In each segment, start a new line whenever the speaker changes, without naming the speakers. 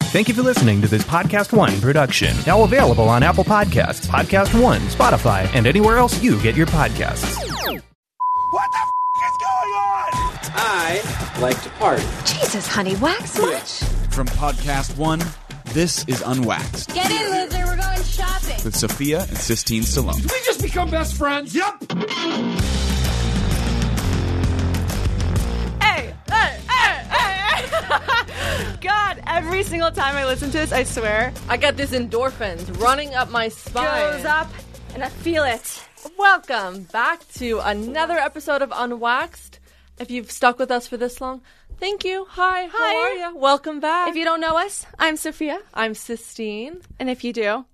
Thank you for listening to this Podcast One production. Now available on Apple Podcasts, Podcast One, Spotify, and anywhere else you get your podcasts.
What the f- is going on?
I like to party.
Jesus, honey, wax much?
From Podcast One, this is Unwaxed
Get in, loser. We're going shopping.
with Sophia and Sistine Stallone.
We just become best friends. Yep.
hey, hey, hey, hey. God, every single time I listen to this, I swear,
I got this endorphins running up my spine.
goes up and I feel it.
Welcome back to another episode of Unwaxed. If you've stuck with us for this long, thank you. Hi, how
Hi.
are you? Welcome back.
If you don't know us, I'm Sophia,
I'm Sistine.
and if you do,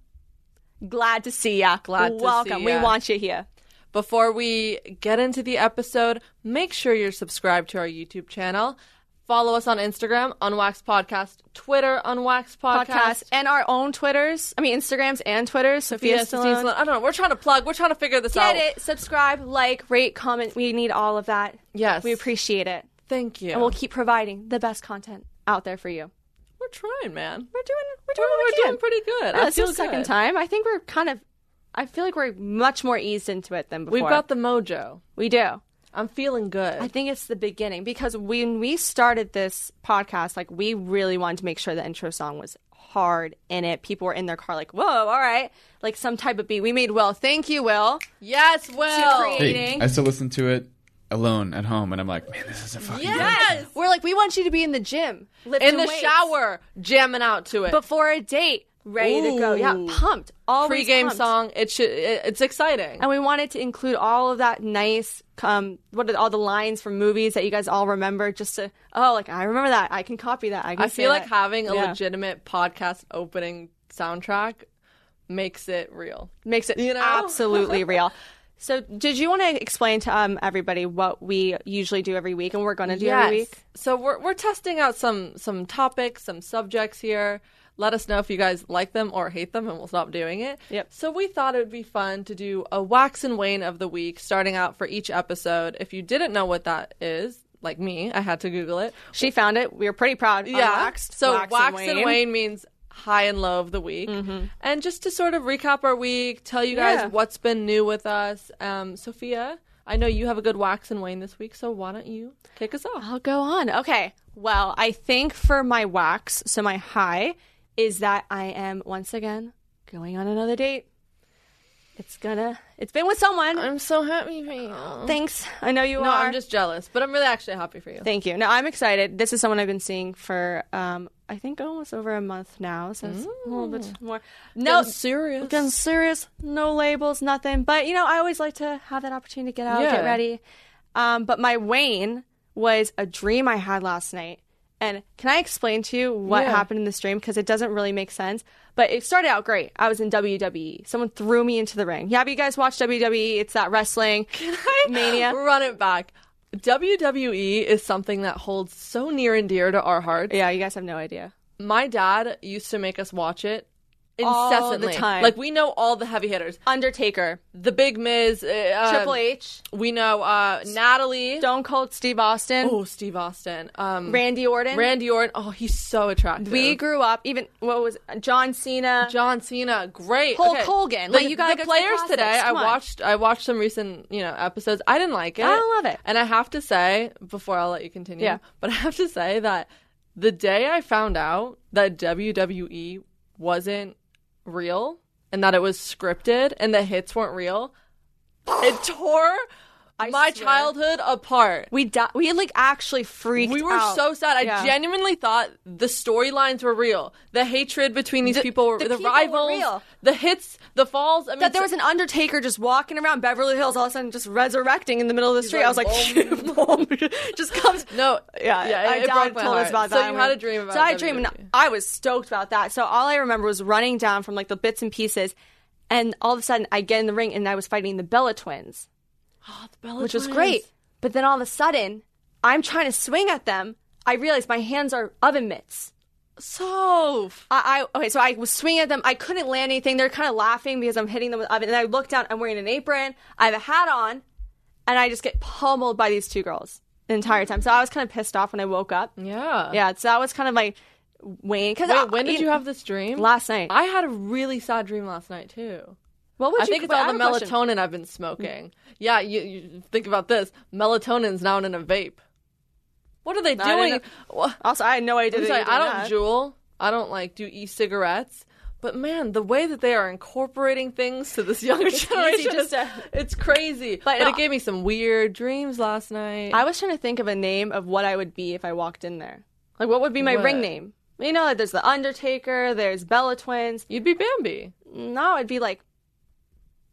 glad to see ya.
Glad to see
Welcome.
ya.
We want you here.
Before we get into the episode, make sure you're subscribed to our YouTube channel. Follow us on Instagram, Unwaxed Podcast, Twitter, Unwaxed Podcast.
Podcast and our own Twitters, I mean Instagrams and Twitters. Sophia
Yes, Sistine
Stallone.
Stallone. I don't know. We're trying to plug. We're trying to figure this out.
Get it. Subscribe, like, rate, comment. We need all of that.
Yes.
We appreciate it.
Thank you.
And we'll keep providing the best content out there for you.
we're trying, man.
We're doing we're
We're,
doing what we can.
we're doing pretty good.
No,
I
this is
feel
the second
good.
time. I think we're kind of. I feel like we're much more eased into it than before.
We've got the mojo.
We do.
I'm feeling good.
I think it's the beginning because when we started this podcast, like we really wanted to make sure the intro song was hard in it. People were in their car, like, "Whoa, all right," like some type of beat. We made Will. Thank you, Will.
yes, Will.
create-
Hey,
Meeting.
I still listen to it alone at home, and I'm like, man, this isn't fucking
Yes.
We're like, we want you to be in the gym, lifting
In the
weights,
shower, jamming out to it.
before a date, ready to go. Yeah,
Ooh.
pumped. Always
Pre-game
pumped.
song. It should. It, it's exciting.
and we wanted to include all of that nice um what are all the lines from movies that you guys all remember just to oh like i remember that i can copy that i can
I
say
feel like
that.
having a
Yeah.
legitimate podcast opening soundtrack makes it real.
makes it
you know?
absolutely real so did you want to explain to um everybody what we usually do every week and we're going to do every week
So we're we're testing out some some topics, some subjects here. Let us know if you guys like them or hate them, and we'll stop doing it.
Yep.
So we thought it would be fun to do a wax and wane of the week, starting out for each episode. If you didn't know what that is, like me, I had to Google it.
she found it we were pretty proud
Yeah.
Unwaxed,
So
Wax
wax,
and Mm-hmm.
and, wane. means high and low of the week. And just to sort of recap our week, tell you guys
Yeah.
what's been new with us. Um, Sophia, I know you have a good wax and wane this week, so why don't you kick us off?
I'll go on. Okay. Well, I think for my wax, so my high is that I am once again going on another date. It's gonna. It's been with someone.
I'm so happy for you.
Thanks. I know you
no,
are.
I'm just jealous, but I'm really actually happy for you.
Thank you. No, I'm excited. This is someone I've been seeing for um I think almost over a month now, so it's a little bit
Mm.
more. No,
Getting serious.
Getting serious. No labels, nothing. But you know, I always like to have that opportunity to get out,
Yeah.
get ready. Um, but my Wayne was a dream I had last night. And can I explain to you what
Yeah.
happened in this dream? Because it doesn't really make sense. But it started out great. I was in WWE. Someone threw me into the ring. Yeah, have you guys watched WWE? It's that wrestling. Mania.
Run it back. WWE is something that holds so near and dear to our hearts.
Yeah, you guys have no idea.
My dad used to make us watch it
All the
incessantly.
time.
Like we know all the heavy hitters,
Undertaker,
the Big Miz, uh,
Triple H,
We know uh, Natalie.
Stone Cold Steve Austin,
Oh, Steve Austin. Um,
Randy Orton.
Randy Orton. Oh, he's so attractive.
we grew up even what was John Cena.
John Cena, great.
Hulk Hogan.
The,
Like, you gotta go to
the
the
players
classics.
today. I
Come on.
watched. I watched some recent, you know, episodes. I didn't like it.
I love it.
And I have to say, before I'll let you continue,
Yeah.
But I have to say that the day I found out that WWE wasn't real and that it was scripted and the hits weren't real, it tore
swear.
my childhood apart.
we di- we like actually freaked.
We were
out.
so sad. I
Yeah.
genuinely thought the storylines were real. The hatred between these
The-
people, were,
the
the,
people were
rivals,
real.
the hits, the falls. I mean,
that there was an Undertaker just walking around Beverly Hills, all of a sudden just resurrecting in the middle of the street.
like, "Oh,
I was like, boom. just comes.
no,
Yeah,
yeah.
I,
It, it
Dad
broke my
told
heart.
us about
so
that.
you
one.
had a dream about.
So I had a dream, and
WWE.
I was stoked about that. So all I remember was running down from like the bits and pieces, and all of a sudden I get in the ring and I was fighting the Bella twins.
Oh, the Bella
which was
Twins.
great. But then all of a sudden, I'm trying to swing at them. I realized my hands are oven mitts.
So
I, I okay, so I was swinging at them. I couldn't land anything. They're kind of laughing because I'm hitting them with oven. And I look down. I'm wearing an apron. I have a hat on, and I just get pummeled by these two girls the entire time. So I was kind of pissed off when I woke up.
yeah,
Yeah, so that was kind of my Wayne. Because
Wait, when did you have this dream?
last night?
I had a really sad dream last night too.
what would
I
you?
think it's
wait, I
all the
have a question.
melatonin I've been smoking. Yeah, you, you think about this. Melatonin's now in a vape. What are they
I didn't
doing? Wha-
Also, I had no idea. that
I'm sorry,
you were
I
doing
don't
that.
jewel. I don't like do e-cigarettes. But man, the way that they are incorporating things to this younger generation,
just
is-
to-
it's crazy.
But
But,
no-
it gave me some weird dreams last night.
I was trying to think of a name of what I would be if I walked in there. Like, what would be my
What?
ring name? You know, like, there's the Undertaker. There's Bella Twins.
You'd be Bambi.
No, it'd be like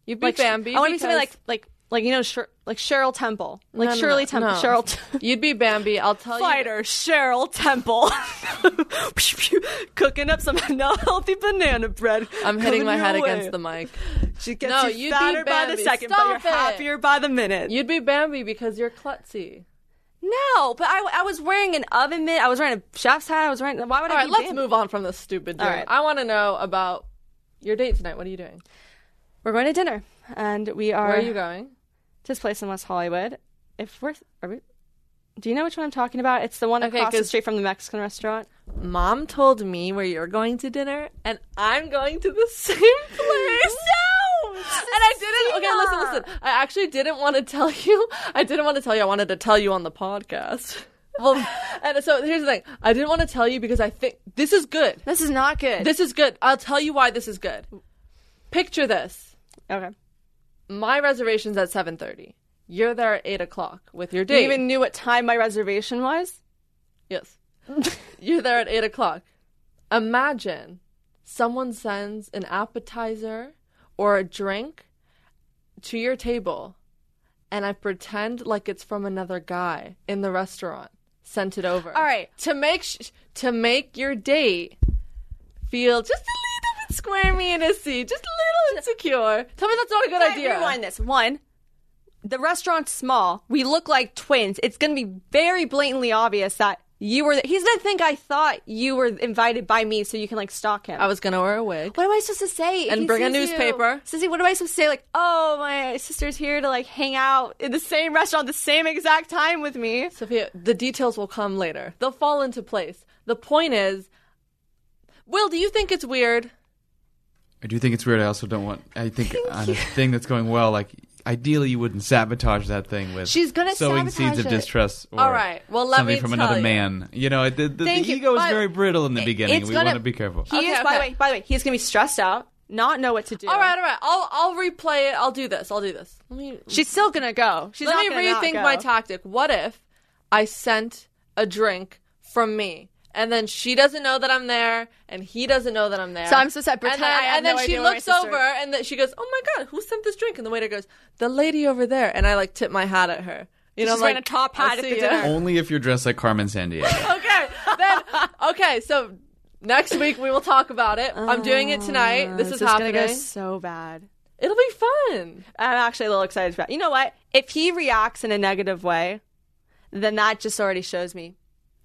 You'd be
like
Bambi.
I want to be something like
because-
like like you know Sher- like Cheryl Temple, like
No, no,
Shirley
no,
Temple,
no.
Cheryl T-
You'd be Bambi. I'll tell you.
fighter Cheryl Temple, Pew, pew, cooking up some not healthy banana bread.
I'm hitting
coming
my
your
head
way.
against the mic.
She gets
No,
you
you'd be
fatter by the
Bambi.
second, but
Stop
you're
it.
happier by the minute.
You'd be Bambi because you're klutzy.
no, but I, I was wearing an oven mitt. I was wearing a chef's hat. I was wearing. Why would
All
I?
right,
be
let's
Bambi?
move on from this stupid dream.
All right.
I want to know about your date tonight. What are you doing?
We're going to dinner, and we are.
Where are you going?
To this place in West Hollywood. If we're, are we? Do you know which one I'm talking about? It's the one
Okay,
across the
'cause-
street from the Mexican restaurant.
Mom told me where you're going to dinner, and I'm going to the same place.
No!
And I didn't. Okay, listen, listen. I actually didn't want to tell you. I didn't want to tell you. I wanted to tell you on the podcast. Well, and so here's the thing. I didn't want to tell you because I think this is good.
This is not good.
This is good. I'll tell you why this is good. Picture this.
okay.
my reservation's at 7.30 you're there at 8 o'clock with your
You
date
even knew what time my reservation was.
yes you're there at 8 o'clock imagine someone sends an appetizer or a drink to your table and i pretend like it's from another guy in the restaurant sent it over
All right.
to make sh- to make your date feel just a little bit squirmy and issy just a little insecure tell me that's not a good
Can I
idea
Rewind this. One, the restaurant's small. We look like twins. It's going to be very blatantly obvious that you were. Th- He's going to think I thought you were invited by me, so you can like stalk him.
i was gonna wear a wig
What am I supposed to say? if
And
he
bring a
sees you?
newspaper.
Sissy, what am I supposed to say? Like, oh, my sister's here to like hang out in the same restaurant at the same exact time with me.
Sophia, the details will come later. They'll fall into place. The point is, Will, do you think it's weird?
I do think it's weird. I also don't want. I think on a thing that's going well, like ideally you wouldn't sabotage that thing with
She's gonna
sowing
sabotage
seeds of
it.
distrust. Or
All right, well, let
something
me
from
tell
another
you.
man. You know, the, the, the
Thank you,
ego is
but
very brittle in the
it-
beginning.
it's
We
gonna-
want to be careful.
He
Okay,
is. By the
okay.
way, by the way, he's gonna be stressed out, not know what to do.
All right, all right. I'll I'll replay it. I'll do this. I'll do this. Let me
she's still gonna go. She's
let
not
me
gonna not
rethink
go.
my tactic. What if I sent a drink from me? And then she doesn't know that I'm there, and he doesn't know that I'm there.
So I'm supposed to pretend
And then,
I have
and then
no
she
idea where my
looks
sister-
over, and then she goes, "Oh my god, who sent this drink?" And the waiter goes, "The lady over there." And I like tip my hat at her. You know,
She's
I'm
wearing
like
a top
"I'll
hat at the
see ya."
dinner.
Only if you're dressed like Carmen Sandiego.
okay. Then okay, so next week we will talk about it. I'm doing it tonight. This,
Uh, This
is happening.
gonna go so bad.
It'll be fun.
I'm actually a little excited about. You know what? If he reacts in a negative way, then that just already shows me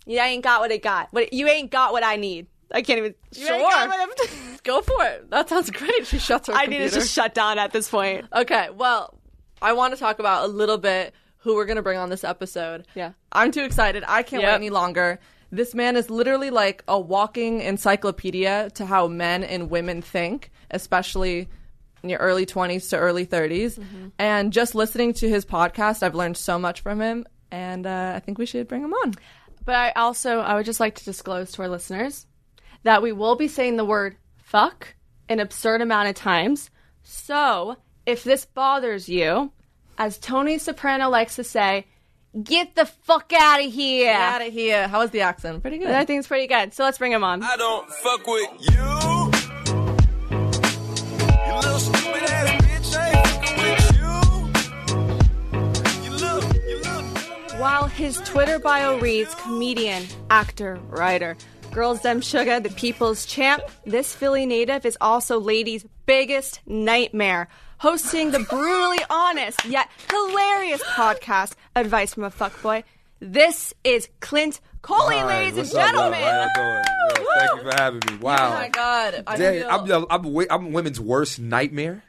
you ain't got what it got. What you ain't got what I need. I can't even. You ain't got
Sure.
what I'm-
Go for it. That sounds great. She shuts her
I need
computer.
to just shut down at this point.
okay. Well, I want to talk about a little bit who we're gonna bring on this episode.
Yeah.
I'm too excited. I can't wait
Yep.
any longer. This man is literally like a walking encyclopedia to how men and women think, especially in your early 20s to early 30s.
Mm-hmm.
And just listening to his podcast, I've learned so much from him. And uh, I think we should bring him on.
But I also I would just like to disclose to our listeners that we will be saying the word fuck an absurd amount of times. So Oh, if this bothers you, as Tony Soprano likes to say, get the fuck out of here.
Out of here. How was the accent? Pretty good.
I think it's pretty good. So let's bring him on.
I don't fuck with you. You little stupid ass bitch. I ain't fucking with you. You look, you look.
While his Twitter bio reads comedian, actor, writer, Girls Dem Sugar, the people's champ, this Philly native is also ladies' biggest nightmare. Hosting the brutally honest yet hilarious podcast, Advice from a Fuckboy. This is Clint Coley,
All right,
ladies and
what's up, y'all?
gentlemen.
How y'all doing? Yo, thank you for having me. Wow.
oh my God. I
Dang,
feel-
I'm, yo, I'm, wa- I'm women's worst nightmare.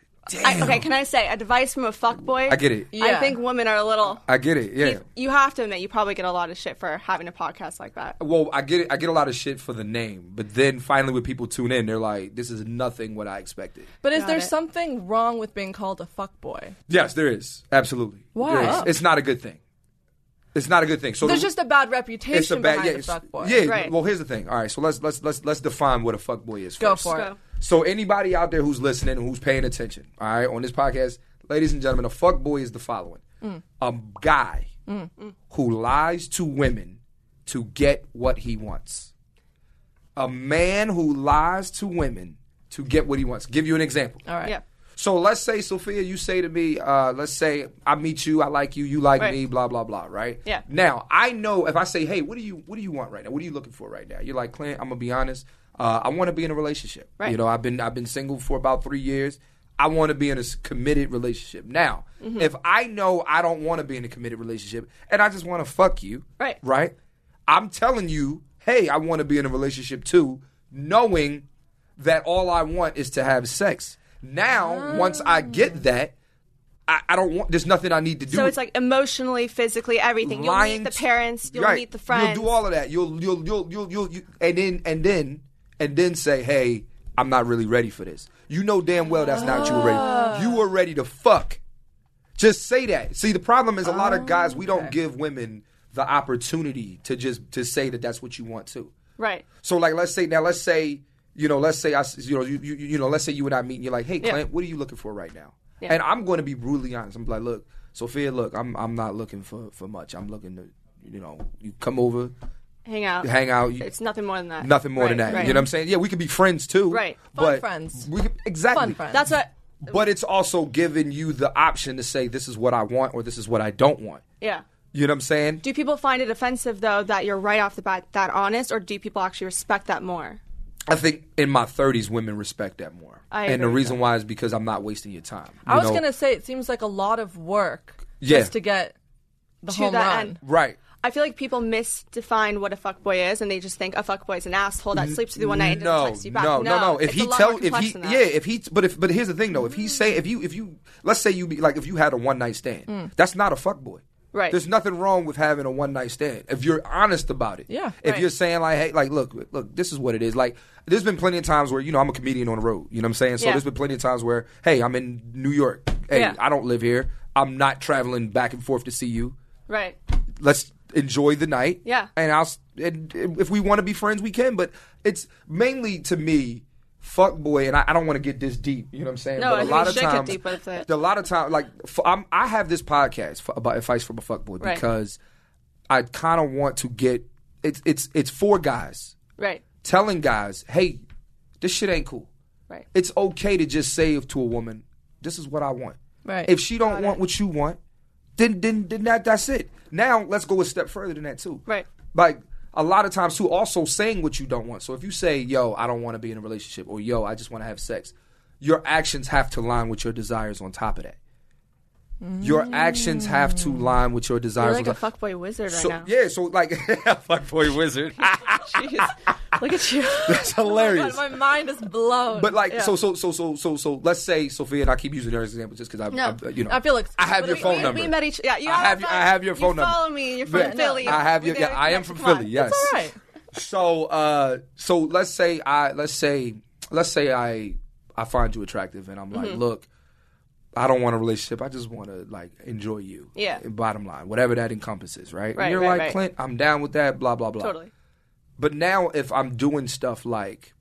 I, okay, can I say advice from a fuckboy?
I get it.
I
Yeah.
think women are a little.
I get it. Yeah.
You have to admit, you probably get a lot of shit for having a podcast like that.
Well, I get it. I get a lot of shit for the name, but then finally, when people tune in, they're like, "This is nothing what I expected."
But is
Got
there
it.
something wrong with being called a fuckboy?
Yes, there is absolutely.
Why?
There is. It's not a good thing. It's not a good thing. So
There's
the-
just a bad reputation
it's a bad
behind
yeah.
the
it's-
fuckboy.
yeah.
Right.
Well, here's the thing. All right, so let's let's let's let's define what a fuckboy is.
Go
first.
for it.
Go.
So anybody out there who's listening, who's paying attention, all right, on this podcast, ladies and gentlemen, a fuckboy is the following:
Mm.
a guy who lies to women to get what he wants. A man who lies to women to get what he wants. Give you an example.
All right.
Yeah.
So let's say, Sophia, you say to me, uh, let's say I meet you, I like you, you like
Right.
me, blah blah blah, right?
Yeah.
Now I know if I say, hey, what do you what do you want right now? What are you looking for right now? You're like, Clint, I'm gonna be honest. Uh, I want to be in a relationship.
Right.
You know, I've been I've been single for about three years. I want to be in a s- committed relationship. Now,
Mm-hmm.
if I know I don't want to be in a committed relationship and I just want to fuck you,
Right.
Right. I'm telling you, hey, I want to be in a relationship too, knowing that all I want is to have sex. Now, once I get that, I, I don't want. There's nothing I need to do.
Ah. So it's like emotionally, physically, everything. You'll
Lying
meet the
to-
parents. You'll
Right.
meet the friends.
You'll do all of that. You'll you'll you'll you'll, you'll you, and then and then and then say, hey, I'm not really ready for this. You know damn well that's not what you were ready. You were ready to fuck. Just say that. See, the problem is a lot of guys we
Oh,
don't give women the opportunity to just to say that that's what you want to.
Right.
So like, let's say now, let's say you know, let's say I, s- you know, you, you you know, let's say you and I meet, and you're like, hey, Clint, what are you looking for right now?
Yeah.
And I'm going to be brutally honest. I'm like, look, Sophia, look, I'm I'm not looking for for much. I'm looking to, you know, you come over,
Hang out.
hang out. You,
It's nothing more than that.
nothing more than
Right,
that.
right.
You know what I'm saying? Yeah, we could be friends too.
Right.
Fun
but
friends.
We could, exactly.
Fun friends.
That's what.
But it's also giving you the option to say this is what I want or this is what I don't want.
Yeah.
You know what I'm saying?
Do people find it offensive though that you're right off the bat that honest, or do people actually respect that more?
I think in my 30s, women respect that more.
I
and
agree
the
with
reason why is because I'm not wasting your time.
I
You
was
know?
gonna say it seems like a lot of work
Yeah.
just to get the
To
home
that
run.
end.
Right.
I feel like people misdefine what a fuckboy is, and they just think a fuckboy is an asshole that sleeps with you one night and doesn't
No,
text you back.
no, no, no. If
it's
he
a lot
tell,
more
if
complex
he,
than
yeah,
that.
if he, but if, but here's the thing though. If he say, if you, if you, let's say you, be, like, if you had a one night stand, that's not a fuckboy.
Hmm. Right.
There's nothing wrong with having a one night stand if you're honest about it.
Yeah.
If
Right.
you're saying like, hey, like, look, look, this is what it is. Like, there's been plenty of times where you know I'm a comedian on the road. You know what I'm saying? So
Yeah.
there's been plenty of times where, hey, I'm in New York. Hey,
Yeah.
I don't live here. I'm not traveling back and forth to see you.
right,
let's enjoy the night.
Yeah.
And I'll s- and and if we want to be friends, we can. But it's mainly to me, fuck boy, and I, I don't want to get this deep. You know what I'm saying?
No,
but
I
a
think
lot
we
of
should get
times,
deep, but it's a-
a lot of time, like f- I'm, I have this podcast f- about advice from a fuck boy
Right.
because I kind of want to get it's it's it's for guys
right,
telling guys, hey, this shit ain't cool.
right.
It's okay to just say to a woman, this is what I want.
Right.
If she don't want what you want, then then then that that's it. Now let's go a step further than that too.
Right.
Like a lot of times too, also saying what you don't want. So if you say, "Yo, I don't want to be in a relationship," or "Yo, I just want to have sex," your actions have to line with your desires. On top of that, your actions have to line with your
You're
desires.
like a
on top-
fuckboy wizard right
so
now.
yeah, so like fuckboy wizard.
Look at you.
that's hilarious.
God, my mind is blown.
But like, so so so so so so. Let's say Sophia and I keep using her as an example just because I,
No.
I, you know,
I feel like-
I have
but
your
we-
phone
we,
number.
We met each. Yeah, you
I
are
have your-
fine.
I have your phone
you
number.
Follow me. You're from
Yeah,
Philly.
I have
We
your.
gotta
Yeah, I am
connect.
from
Come on.
Philly. Yes.
It's all right.
So uh, so let's say I let's say let's say I I find you attractive and I'm
Mm-hmm.
like, look, I don't want a relationship. I just want to like enjoy you.
Yeah.
Bottom line, whatever that encompasses, right? And
Right,
you're
right,
like
right.
Clint. I'm down with that. Blah blah blah.
Totally.
But now if I'm doing stuff like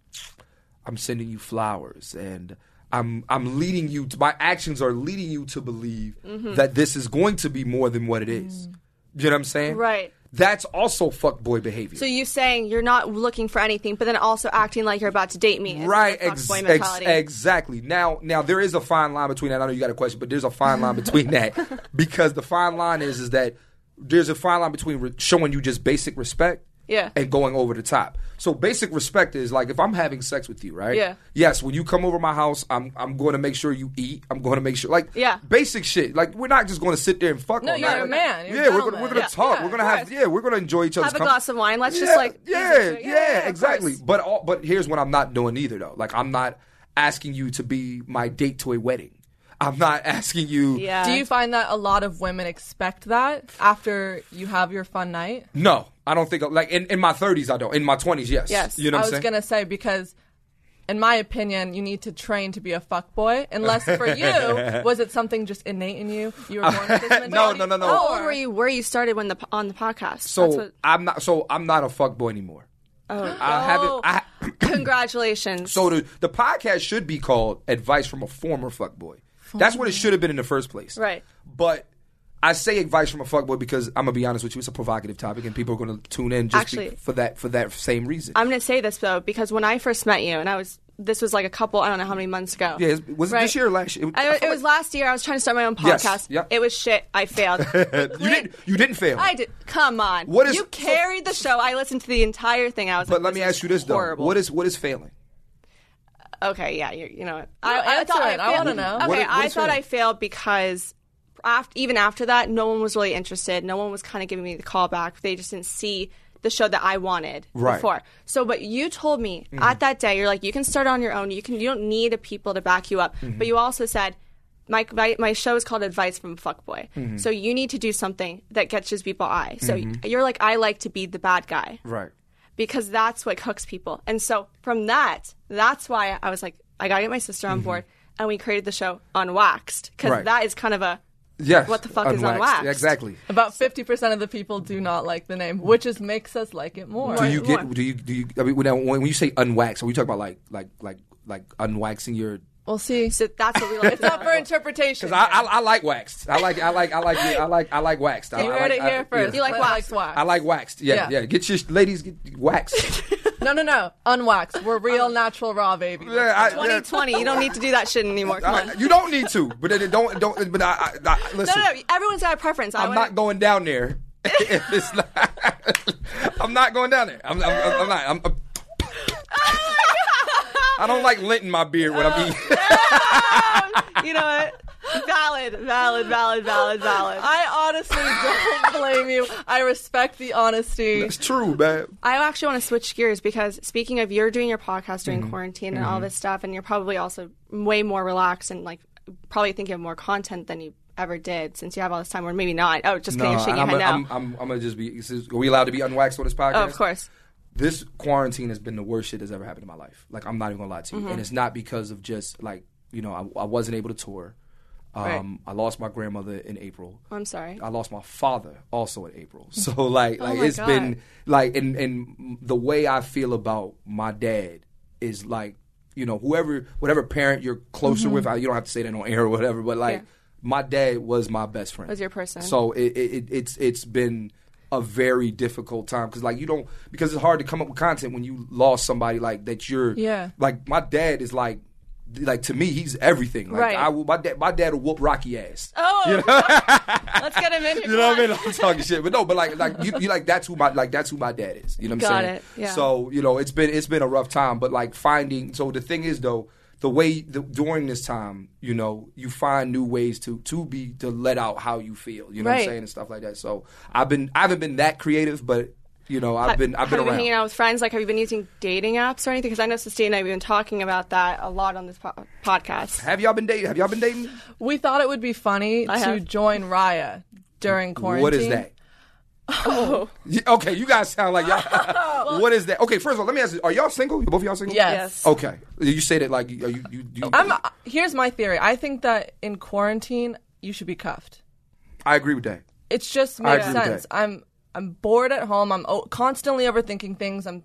I'm sending you flowers and I'm I'm leading you to my actions are leading you to believe
Mm-hmm.
that this is going to be more than what it is. You know what I'm saying?
Mm. Right.
That's also fuckboy behavior.
So you saying you're not looking for anything, but then also acting like you're about to date me. It's
right
the
ex-
fuckboy
ex-
mentality.
exactly now now there is a fine line between that i know you got a question but there's a fine line between that because the fine line is is that there's a fine line between re- showing you just basic respect
Yeah.
and going over the top so basic respect is like if i'm having sex with you right
Yeah.
yes when you come over my house i'm i'm going to make sure you eat i'm going to make sure like
Yeah.
basic shit like we're not just going to sit there and fuck
No,
all
you're
night.
a
Like,
man. You're a
yeah we're gonna,
gentleman.
we're gonna
Yeah,
talk
yeah,
we're gonna
of
have
course.
yeah we're gonna enjoy each other's
Have a
company.
glass of wine. Let's
yeah,
just like
yeah, yeah,
of
exactly
course.
but all, but here's what I'm not doing either though. Like I'm not asking you to be my date to a wedding. I'm not asking you.
Yeah.
Do you find that a lot of women expect that after you have your fun night?
No, I don't think like in, in my 30s I don't. In my 20s, yes.
Yes.
You know
I
what
was
I'm saying?
gonna say because in my opinion, you need to train to be a fuckboy. Unless for you, was it something just innate in you? You were born with this mentality?
No, no, no, no.
How
Or-
old were you where you started when the po- on the podcast?
so
That's what- Oh.
I'm not. So I'm not a fuckboy anymore. I haven't. I,
congratulations.
so the the podcast should be called "Advice from a Former Fuckboy." That's what it should have been in the first place.
Right.
But I say advice from a fuckboy because I'm gonna be honest with you, it's a provocative topic, and people are gonna tune in just be-
Actually-
for that for that same reason.
I'm gonna say this though because when I first met you and I was this was like a couple I don't know how many months ago.
yeah. it's- Was it
Right.
this year or last year?
I,
I
it
feel
was
like-
last year. I was trying to start my own
Yes,
podcast.
yep.
It was shit. I failed.
You didn't. You didn't fail.
I did. Come on.
What is-
you carried the show? I listened to the entire thing. I was.
But
like,
let me
is
ask you this
horrible.
though: what is what is failing?
Okay, yeah, you, you know, what?
No, answer it. I
failed-
wanna know.
Okay,
What is- what
I
is
thought
fair?
I failed because after, even after that, no one was really interested. No one was kind of giving me the call back. They just didn't see the show that I wanted
Right. Mm-hmm.
before. So, but you told me at that day, you're like, you can start on your own. You can. You don't need a people to back you up.
Mm-hmm.
But you also said. My, my, my show is called Advice from a Fuckboy.
Mm-hmm.
So you need to do something that catches people eye. So you're like, I like to be the bad guy
Right.
because that's what hooks people. And so from that, that's why I was like, I gotta get my sister on board, and we created the show Unwaxed because
Mm-hmm. Right.
that is kind of a
Yes.
What the fuck is
unwaxed.
unwaxed?
Exactly.
About fifty percent of the people do not like the name, which is makes us like it more.
Do you
more.
get? Do you? Do you? I mean, when, when you say unwax, are we talking about like like like like unwaxing your?
We'll see.
so that's what we like.
It's up for interpretation.
Because I, I I like waxed. I like I like I like I like I like waxed. I,
you
I
heard
like,
it here
I,
first.
yeah.
You like
But
wax.
likes wax.
I like waxed. Yeah, yeah.
Yeah.
Get your ladies get waxed.
No, no, no. Unwaxed. We're real, natural, raw baby.
Yeah, I- yeah.
2020, you don't need to do that shit anymore. Come
I-
on.
Uh, you don't need to, but it, it don't don't. But I, I, I
No,
listen.
no, no, everyone's got a preference. I
I'm not
wouldn't-
going down there. If it's not- I'm not going down there. I'm, I'm, I'm not. I'm, I'm, I do not like lint in my beard when I'm eating.
you know what? Valid, valid, valid, valid, valid.
I honestly don't blame you. I respect the honesty.
it's true, man.
I actually want to switch gears because speaking of you're doing your podcast
Mm-hmm.
during quarantine and all this stuff, and you're probably also way more relaxed and like probably thinking of more content than you ever did since you have all this time, or maybe not. Oh, just kidding, you're shaking your
I'm,
head
a-
now.
I'm, I'm, I'm gonna just be. this is- Are we allowed to be unwaxed on this podcast?
oh, of course.
This quarantine has been the worst shit that's ever happened in my life. Like I'm not even gonna lie to you,
Mm-hmm.
and it's not because of just like you know I, I wasn't able to tour. Um, I lost my grandmother in April.
I'm sorry. Oh
I lost my father also in April. So like like
my
it's
God.
been like and and the way I feel about my dad is like you know whoever whatever parent you're closer with I, you don't have to say that on air or whatever but like
Mm-hmm. Yeah.
my dad was my best friend
Was your person.
so it, it, it it's it's been a very difficult time because like you don't because it's hard to come up with content when you lost somebody like that you're
Yeah.
like my dad is like like to me he's everything like
Right.
I will my dad my dad will whoop Rocky ass
Oh, let's get him in here.
you know what I mean? I'm talking shit, but no, but like, like you, you like that's who my like that's who my dad is. You know what I'm
Got
saying?
it, yeah.
So you know, it's been it's been a rough time, but like finding. So the thing is though, the way the, during this time, you know, you find new ways to to be to let out how you feel. You know what I'm
Right.
saying and stuff like that. So I've been I haven't been that creative, but you know, I've been I've
have
been
you been
around.
hanging out with friends? Like, have you been using dating apps or anything? Because I know Sistine and I have been talking about that a lot on this po- podcast.
have y'all been dating? Have y'all been dating?
We thought it would be funny to
have.
join Raya during quarantine.
What is that?
Oh.
Y- Okay, you guys sound like y'all. what is that? Okay, first of all, let me ask you: Are y'all single? You both of y'all single?
Yes.
Okay. You say that like you you, you, you
I'm, here's my theory. I think that in quarantine you should be cuffed.
I agree with that.
It's just
I
makes
agree with
sense.
that.
I'm I'm bored at home. I'm o- constantly overthinking things. I'm,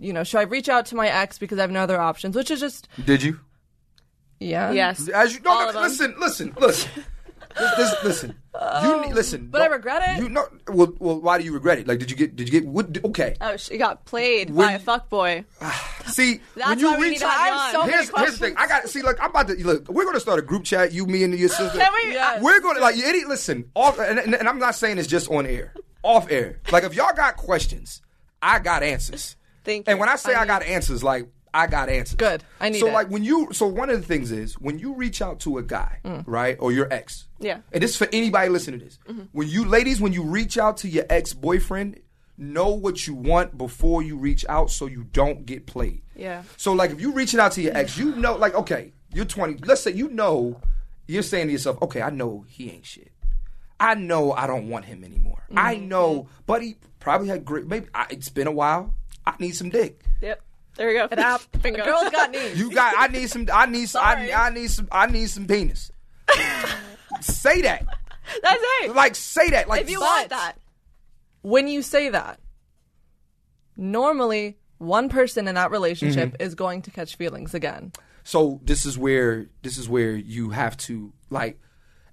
you know, should I reach out to my ex because I have no other options? Which is just
Did you?
yeah.
Yes.
As you no,
All
no,
of 'em.
listen, listen, listen. This- this- listen. You
Uh,
need- listen.
but I
don't-
regret it.
You no. Well, well, why do you regret it? Like, did you get? Did you get? What, okay.
Oh, she got played by
When-
a fuckboy.
See,
That's
when you
why we
reach
need to have you
out,
on. so
many
here's, here's the thing. I got see. Look, I'm about to look. We're going to start a group chat. You, me, and your sister.
Can we- Yes.
We're going to like. Any, listen, off, and, and, and I'm not saying it's just on air. Off air. Like if y'all got questions, I got answers.
Thank
And
you.
when I say I, got answers, like I got answers.
Good. I need
So
it.
like when you. So one of the things is when you reach out to a guy, right, or your ex.
Yeah.
And this is for anybody listening to this.
Mm-hmm.
When you ladies, when you reach out to your ex boyfriend, know what you want before you reach out so you don't get played.
Yeah.
So like if you reaching out to your ex, you know like okay, you're 20. Let's say you know you're saying to yourself, okay, I know he ain't shit. I know I don't want him anymore.
Mm-hmm.
I know, but he probably had great. Maybe I, it's been a while. I need some dick.
Yep. There we go. Bingo.
Girls got knees.
You got. I need some. I need. Some, I, I need some. I need some penis. say that.
That's it.
Like say that. Like
if you want that.
when you say that, normally one person in that relationship
Mm-hmm.
is going to catch feelings again.
So this is where this is where you have to like.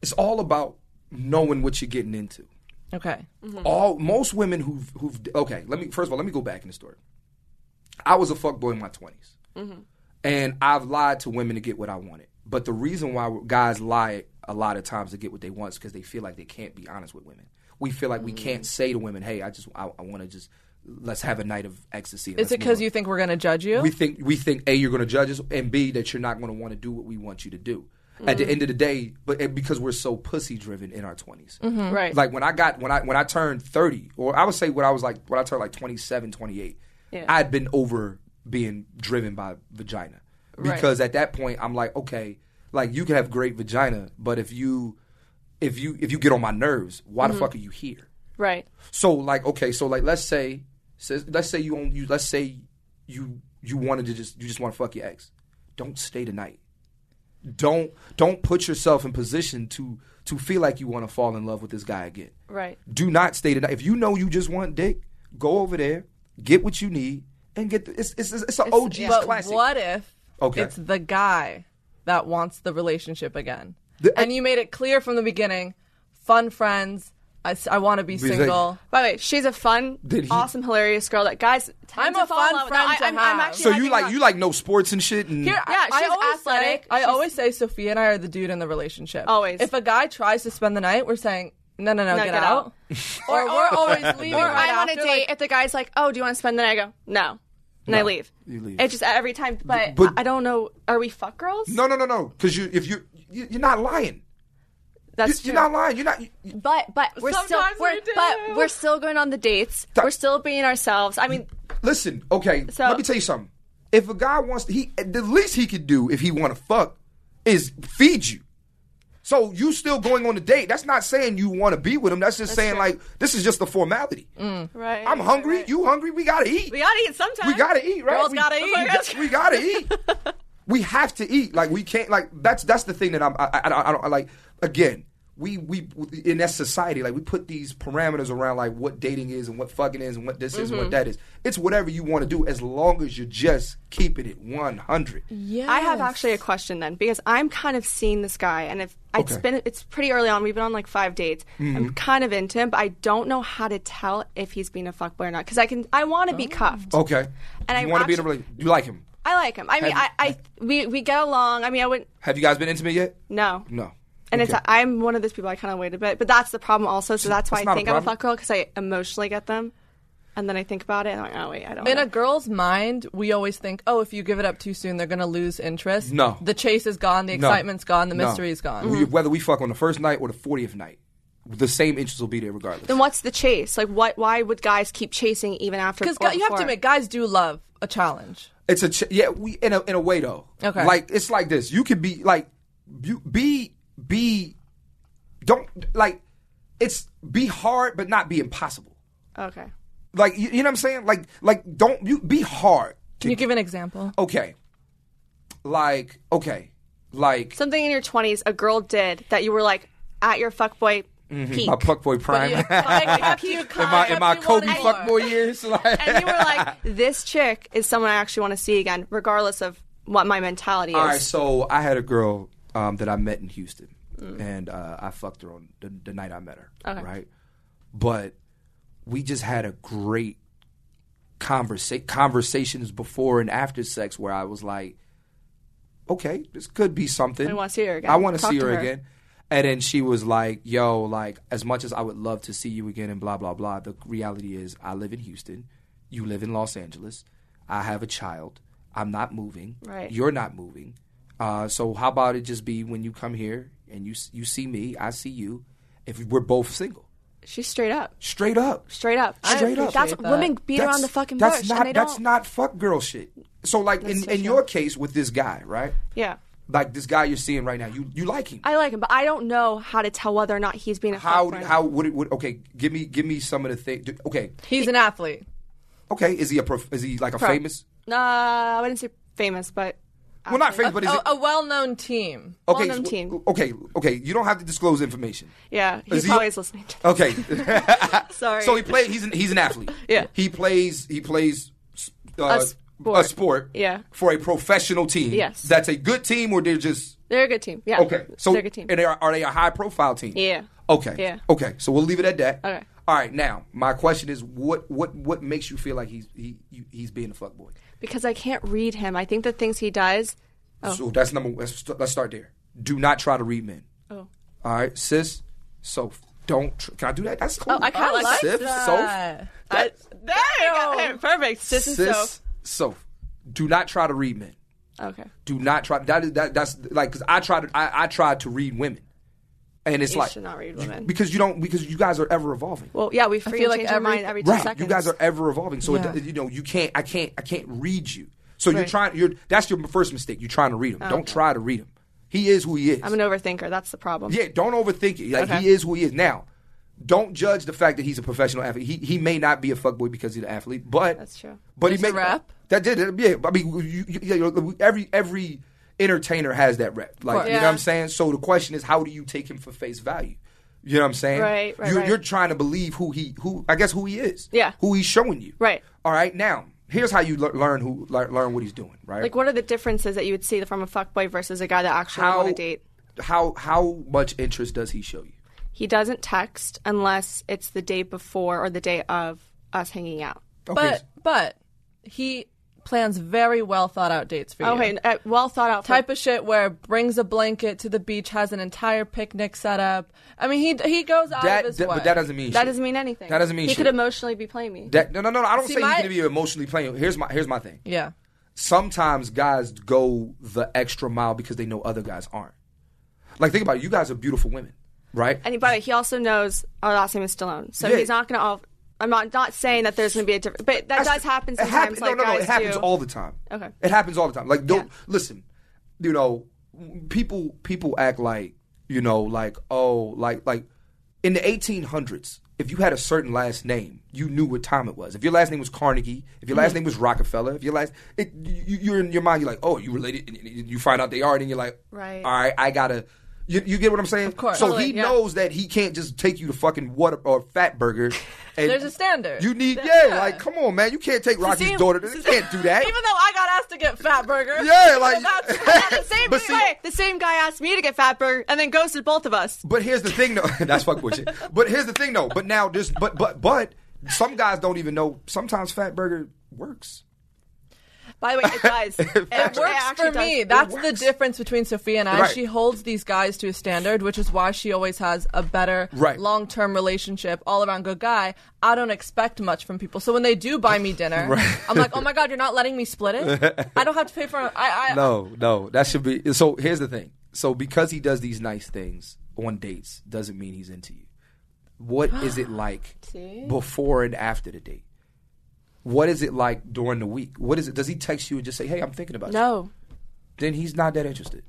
It's all about knowing what you're getting into.
Okay.
All most women who've who've okay. Let me first of all let me go back in the story. I was a fuckboy in my 20s
Mm-hmm.
and I've lied to women to get what I wanted. But the reason why guys lie a lot of times to get what they want is because they feel like they can't be honest with women. We feel
Mm.
like we can't say to women, "Hey, I just I, I want to just let's have a night of ecstasy." and
Is
let's
it
move
because
on."
you think we're going to judge you?
we think we think a you're going to judge us and b that you're not going to want to do what we want you to do at the end of the day but and because we're so pussy driven in our 20s
Right.
Hmm. like when i got when i when i turned 30 or i would say when i was like when i turned like 27 28 i'd been over being driven by vagina because at that point i'm like okay like you can have great vagina but if you if you if you get on my nerves why the fuck are you here
Right.
so like okay, so like let's say says let's say you on you let's say you you wanted to just you just want to fuck your ex. Don't stay tonight. Don't don't put yourself in position to to feel like you want to fall in love with this guy again.
Right.
Do not stay tonight. If you know you just want dick, go over there, get what you need, and get the, it's it's it's an OG
but
classic.
what if
Okay.
it's the guy that wants the relationship again?
The-
and you made it clear from the beginning, fun friends. I, want to be
Because-
single.
By the way, she's a fun,
Did he-
awesome, hilarious girl. That guys, tend
I'm
to
a
fall
fun
in love with.
friend
No, I,
to
I'm, I'm
have.
actually
so
having
you like
fun.
you like know sports and shit and
Here,
Yeah,
I, I
she's
always
athletic.
Say, I
She's-
always say Sophia and I are the dude in the relationship.
Always.
If a guy tries to spend the night, we're saying no, no, no,
No,
get,
get
out. or, we're always leaving.
Or
right
I want to
after,
date.
like-
if the guy's like, "Oh, do you want to spend the night?" I go, "No," and I leave.
you leave.
It's just every time. But,
But-
I I don't know. Are we fuck girls?
no no no no because you if you you- you're not lying. You-
that's
You're
true.
not lying. You're not. you-
But but we're
Sometimes
still we're,
we do.
but we're still going on the dates.
Th-
we're still being ourselves. I mean,
Listen, okay,
So-
let me tell you something. If a guy wants to, he the least he could do if he want to fuck is feed you. So you still going on a date? That's not saying you want to be with him. That's just saying
true. Mm.
like this is just a formality.
right?
I'm hungry. You hungry? We gotta eat.
We gotta eat sometimes.
We gotta eat, right?
Girls
we,
gotta eat.
We, got- we gotta eat. we have to eat. Like we can't. Like that's that's the thing that I'm. I, I, I don't I like. Again, we we in that society, like we put these parameters around like what dating is and what fucking is and what this is and
Mm-hmm.
what that is. It's whatever you want to do as long as you're just keeping it 100.
I have actually a question then because I'm kind of seeing this guy and if it's
Okay. Mm-hmm.
been it's pretty early on. We've been on like five dates. I'm kind of into him, but I don't know how to tell if he's being a fuckboy or not because I can I want to
Oh.
be cuffed.
Okay.
And I
you want to be in a
actually-
relationship. You like him?
I like him. I mean, I,
Have-
I we we get along. I mean, I wouldn't
Have you guys been intimate yet?
no
No.
And
Okay.
it's I'm one of those people I kind of wait a bit, but that's the problem also. So that's why
That's
I
not a
think I'm a
problem.
fuck girl because I emotionally get them, and then I think about it and I'm like, oh wait, I don't.
In
know.
a girl's mind, we always think, oh, if you give it up too soon, they're going to lose interest.
No.
The chase is gone, the
No.
excitement's gone, the
No.
mystery's gone.
Mm-hmm.
Mm.
We- Whether we fuck on the first night or the 40th night, the same interest will be there regardless.
then what's the chase? Like, what? Why would guys keep chasing even after?
Because
or
you have to
before?
admit, guys do love a challenge.
It's a ch- yeah. We in a in a way though.
Okay.
Like it's like this. You could be like you be be don't like it's be hard but not be impossible.
Okay.
Like you, you know what I'm saying? Like like don't you be hard.
Can you give an example?
Okay. Like okay. Like
Something in your 20s a girl did that you were like at your fuckboy peak.
my fuckboy prime. in my in my Kobe fuckboy years. Like
and you were like, this chick is someone I actually want to see again, regardless of what my mentality is.
All right, so I had a girl um, that I met in Houston, and uh, I fucked her on the, the night I met her. Right, but we just had a great conversa- conversations before and after sex where I was like, okay, this could be something. I
wanna see her again.
I want to
Talk
see
to
her,
her.
again. And then she was like, yo, like, as much as I would love to see you again and blah, blah, blah, the reality is I live in Houston. You live in Los Angeles. I have a child. I'm not moving.
Right.
You're not moving. Uh, so how about it just be when you come here and you s- you see me, I see you. If we're both single,
She's straight up.
straight up.
Straight up.
Straight up.
That's
appreciate that.
women beat around the fucking
that's
bush.
Not,
and they
that's
don't.
not fuck girl shit. So like in,
so
in
true.
your case with this guy, right?
yeah.
like this guy you're seeing right now. You you like him?
I like him, but I don't know how to tell whether or not he's being a fuck
how
friend.
how would it would okay? Give me give me some of the things. Okay,
He's an athlete.
okay. Is he a prof, is he like a famous?
Uh, I wouldn't say famous, but
Well, not famous, but is
A,
it?
a well-known team.
Okay,
well-known
so-
team.
okay, okay. You don't have to disclose information.
yeah, he's
Is he-
always listening. To
Okay.
Sorry.
so he plays. He's an, he's an athlete.
Yeah.
He plays. He plays. Uh,
A sport.
a sport
Yeah.
For a professional team.
Yes.
That's a good team, or they're just
They're a good team. Yeah.
okay. So
they're a good team.
And they are, are they a high profile team?
Yeah.
Okay. Oh.
Yeah.
Okay. So we'll leave it at that.
Okay.
All right. Now, my question is, what what what makes you feel like he's he you, he's being a fuckboy?
because I can't read him. I think the things he does. Oh.
So that's number. Let's st- let's start there. Do not try to read men. Oh. All right, sis. So don't. Tr- can I do that? That's cool.
Oh, I kinda like
Sif,
that.
Soph. That-
There Perfect. Sis and
sis. So do not try to read men.
Okay.
Do not try. That is that. That's like because I tried. To, I I tried to read women, and it's
You
like
should not read
you-
women.
because you don't because you guys are ever evolving.
Well, yeah, we free and
feel like
change
every-
our mind every two
right
seconds.
you guys are ever evolving so
Yeah.
it, you know you can't i can't i can't read you so you're
Right. Oh,
trying you're that's your first mistake you're trying to read him don't try to read him he is who he is
I'm an overthinker. That's the problem.
yeah don't overthink it like
Okay.
he is who he is now don't judge the fact that he's a professional athlete he, he may not be a fuckboy because he's an athlete but
That's true.
but he
There's
may
a rep.
that did it yeah i mean you, you, yeah, you- every every entertainer has that rep like you know
Yeah.
what i'm saying so the question is how do you take him for face value you know what i'm saying
Right, right,
you're,
right.
you're trying to believe who he who i guess who he is
Yeah.
who he's showing you
Right.
all right now here's how you lear- learn who lear- learn what he's doing right
Like, what are the differences that you would see from a fuckboy versus a guy that actually
how
want to date?
how how much interest does he show you
He doesn't text unless it's the day before or the day of us hanging out.
But Uh, but he plans very well thought out dates for you.
Okay, uh, well thought out.
Type of shit where brings a blanket to the beach, has an entire picnic set up. I mean, he he goes out
that,
of his
that-
way.
but that doesn't mean
that
shit.
doesn't mean anything.
That doesn't mean
he
shit.
could emotionally be playing me.
that no no no, no I don't
See,
say
my-
he's gonna be emotionally playing here's my here's my thing
Yeah.
sometimes guys go the extra mile because they know other guys aren't. Like think about it, you guys are beautiful women, right?
And he, but he also knows our last name is Stallone, so
Yeah.
he's not gonna. All, I'm not not saying that there's gonna be a difference, but that does happen
It
sometimes.
happen-
like
no, no, no,
guys
it happens
do.
all the time.
Okay.
it happens all the time. Like don't
Yeah.
listen, you know, people people act like you know, like oh, like like in the 1800s, if you had a certain last name, you knew what time it was. If your last name was Carnegie, if your
Mm-hmm.
last name was Rockefeller, if your last, it, you, you're in your mind, you're like, oh, you related. and You find out they are, and you're like,
Right.
all right, I gotta. You, you get what I'm saying? Of
course.
So he
Totally, yeah.
knows that he can't just take you to fucking what or fat burger. And
There's a standard.
You need,
That-
yeah,
yeah.
like come on, man, you can't take Rocky's
See,
daughter. You can't do that.
Even though I got asked to get Fat Burger.
Yeah, like-
That's-
the same
But see-
way, the same guy asked me to get Fatburger and then ghosted both of us.
But here's the thing, though. That's fuck bullshit. But here's the thing, though. But now this, but but but some guys don't even know. Sometimes fat burger works.
By the way, it does. it,
It
actually- it
works
actually
for me.
does.
That's the difference between Sophia and I.
Right.
She holds these guys to a standard, which is why she always has a better
Right.
long term relationship, all around good guy. I don't expect much from people. So when they do buy me dinner, I'm like, oh my God, you're not letting me split it? I don't have to pay for I, I
No, no, that should be. So here's the thing. So because he does these nice things on dates, doesn't mean he's into you. What is it like before and after the date? What is it like during the week? What is it? Does he text you and just say, "Hey, I'm thinking about you"?
No.
Then he's not that interested.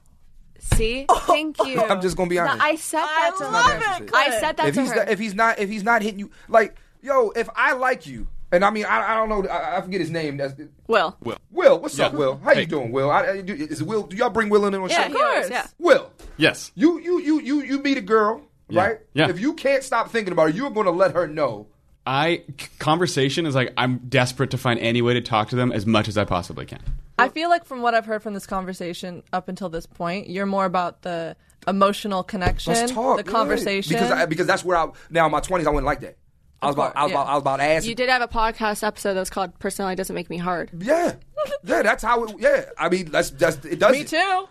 See? Thank you.
I'm just gonna be
No,
honest.
Oh. I said that to
love
her.
it,
I said that
if
to
he's
her.
not, if he's not if he's not hitting you like yo if I like you and I mean I, I don't know I, I forget his name that's
Will.
Will what's up
Yeah.
Will how you
Hey.
doing Will I, I- do, is Will do y'all bring Will in on
Yeah,
show
he always-
course.
Yeah.
Will
Yes.
you you you you you meet a girl right
Yeah.
if you can't stop thinking about her you're going to let her know
I c- conversation is like I'm desperate to find any way to talk to them as much as I possibly can.
I feel like from what I've heard from this conversation up until this point, you're more about the emotional connection,
let's talk
the
yeah.
conversation.
because I, because that's where I now in my 20s I wasn't like that I was about I was
course,
about I was about ass
You did have a podcast episode that was called Personality Doesn't Make Me Hard.
yeah yeah that's how it yeah I mean that's that's it does
me too.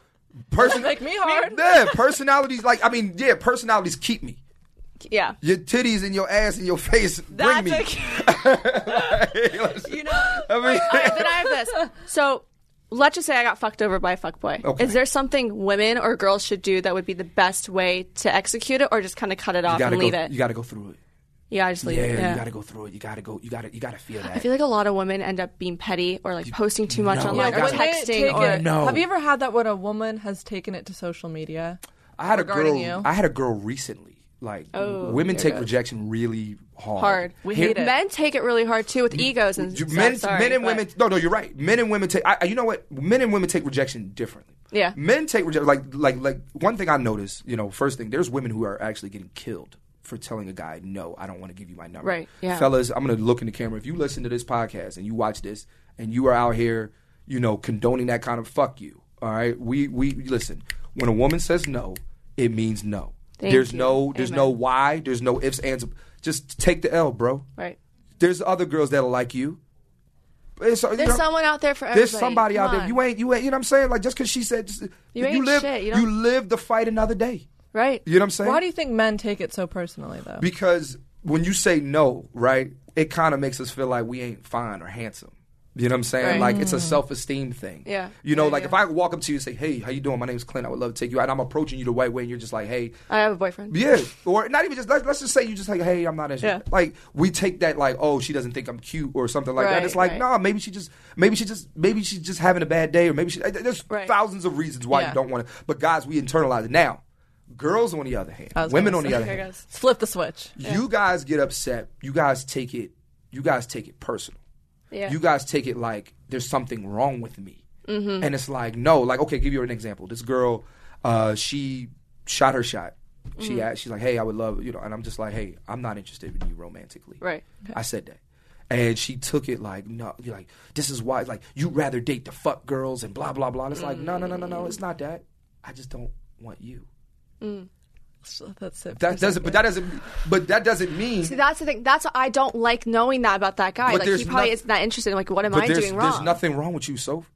person
Make me hard.
yeah personalities like I mean yeah personalities keep me
Yeah.
your titties and your ass and your face bring
That's
me.
okay. you know.
I mean,
All right, then I have this. So let's just say I got fucked over by a fuckboy.
Okay.
Is there something women or girls should do that would be the best way to execute it or just kind of cut it off and
go,
leave it?
You gotta go through it.
You gotta just leave
Yeah,
it.
you gotta go through it. You gotta go. You gotta. You gotta feel that.
I feel like a lot of women end up being petty or like posting too much
No,
online
Yeah,
or
when they
texting
take
or
it-
No.
Have you ever had that when a woman has taken it to social media?
I had a
regarding
girl.
you.
I had a girl recently. Like
Oh,
women take rejection really hard.
Hard. We
Here-
hate it.
men take it really hard too with egos and
You-
stuff,
men,
sorry,
men and
but-
women. No, no, you're right. Men and women take. I, I- you know what? Men and women take rejection differently.
Yeah.
Men take rejection like like like one thing I noticed. You know, first thing there's women who are actually getting killed for telling a guy no, I don't want to give you my number.
Right, yeah.
Fellas, I'm gonna look in the camera. If you listen to this podcast and you watch this and you are out here, you know, condoning that kind of fuck you. All right. We we listen. When a woman says no, it means no.
Thank
there's
you.
no there's no
Amen.
why. There's no ifs ands. Just take the L, bro
Right.
there's other girls that'll like you. It's- you
There's someone out there for everybody.
There's somebody out
Come
there.
on.
You ain't you ain't you know what I'm saying? Like just cause she said just,
You ain't
live
shit. You
you,
don't-
live the fight another day.
Right.
You know what I'm saying?
Why do you think men take it so personally, though?
because when you say no, right, it kinda makes us feel like we ain't fine or handsome. You know what I'm saying?
Right. Mm.
Like it's a self esteem thing.
Yeah.
You know,
Yeah,
like
yeah.
if I walk up to you and say, Hey, how you doing? My name's Clint, I would love to take you out and I'm approaching you the right way and you're just like, Hey,
I have a boyfriend.
Yeah, or not even just let, let's just say you just like, hey, I'm not as
Yeah.
like we take that like, oh, she doesn't think I'm cute or something like that.
Right,
It's like,
right.
nah, maybe she just maybe she just maybe she's just having a bad day or maybe she there's
Right.
thousands of reasons why
Yeah.
you don't want to. But guys, we internalize it now. Girls on the other hand,
I was
women
gonna
on the
say.
other
There
hand,
goes.
Flip the switch.
you guys get upset. You guys take it. You guys take it personal.
Yeah.
You guys take it like there's something wrong with me, mm-hmm. and it's like no. Like okay, give you an example. This girl, uh, she shot her shot. She asked, she's like, hey, I would love you know, and I'm just like, hey, I'm not interested in you romantically.
Right.
I said that. And she took it like no, you're like this is why like you'd rather date the fuck girls and blah blah blah. And it's like no no no no no, it's not that. I just don't want you.
So that's it.
That doesn't, but that doesn't, but that doesn't mean
See, that's the thing. That's I don't like knowing that about that guy.
But
like
there's
he probably
noth-
is not interested. Like what am I
there's,
doing wrong?
There's nothing wrong with you, Soph.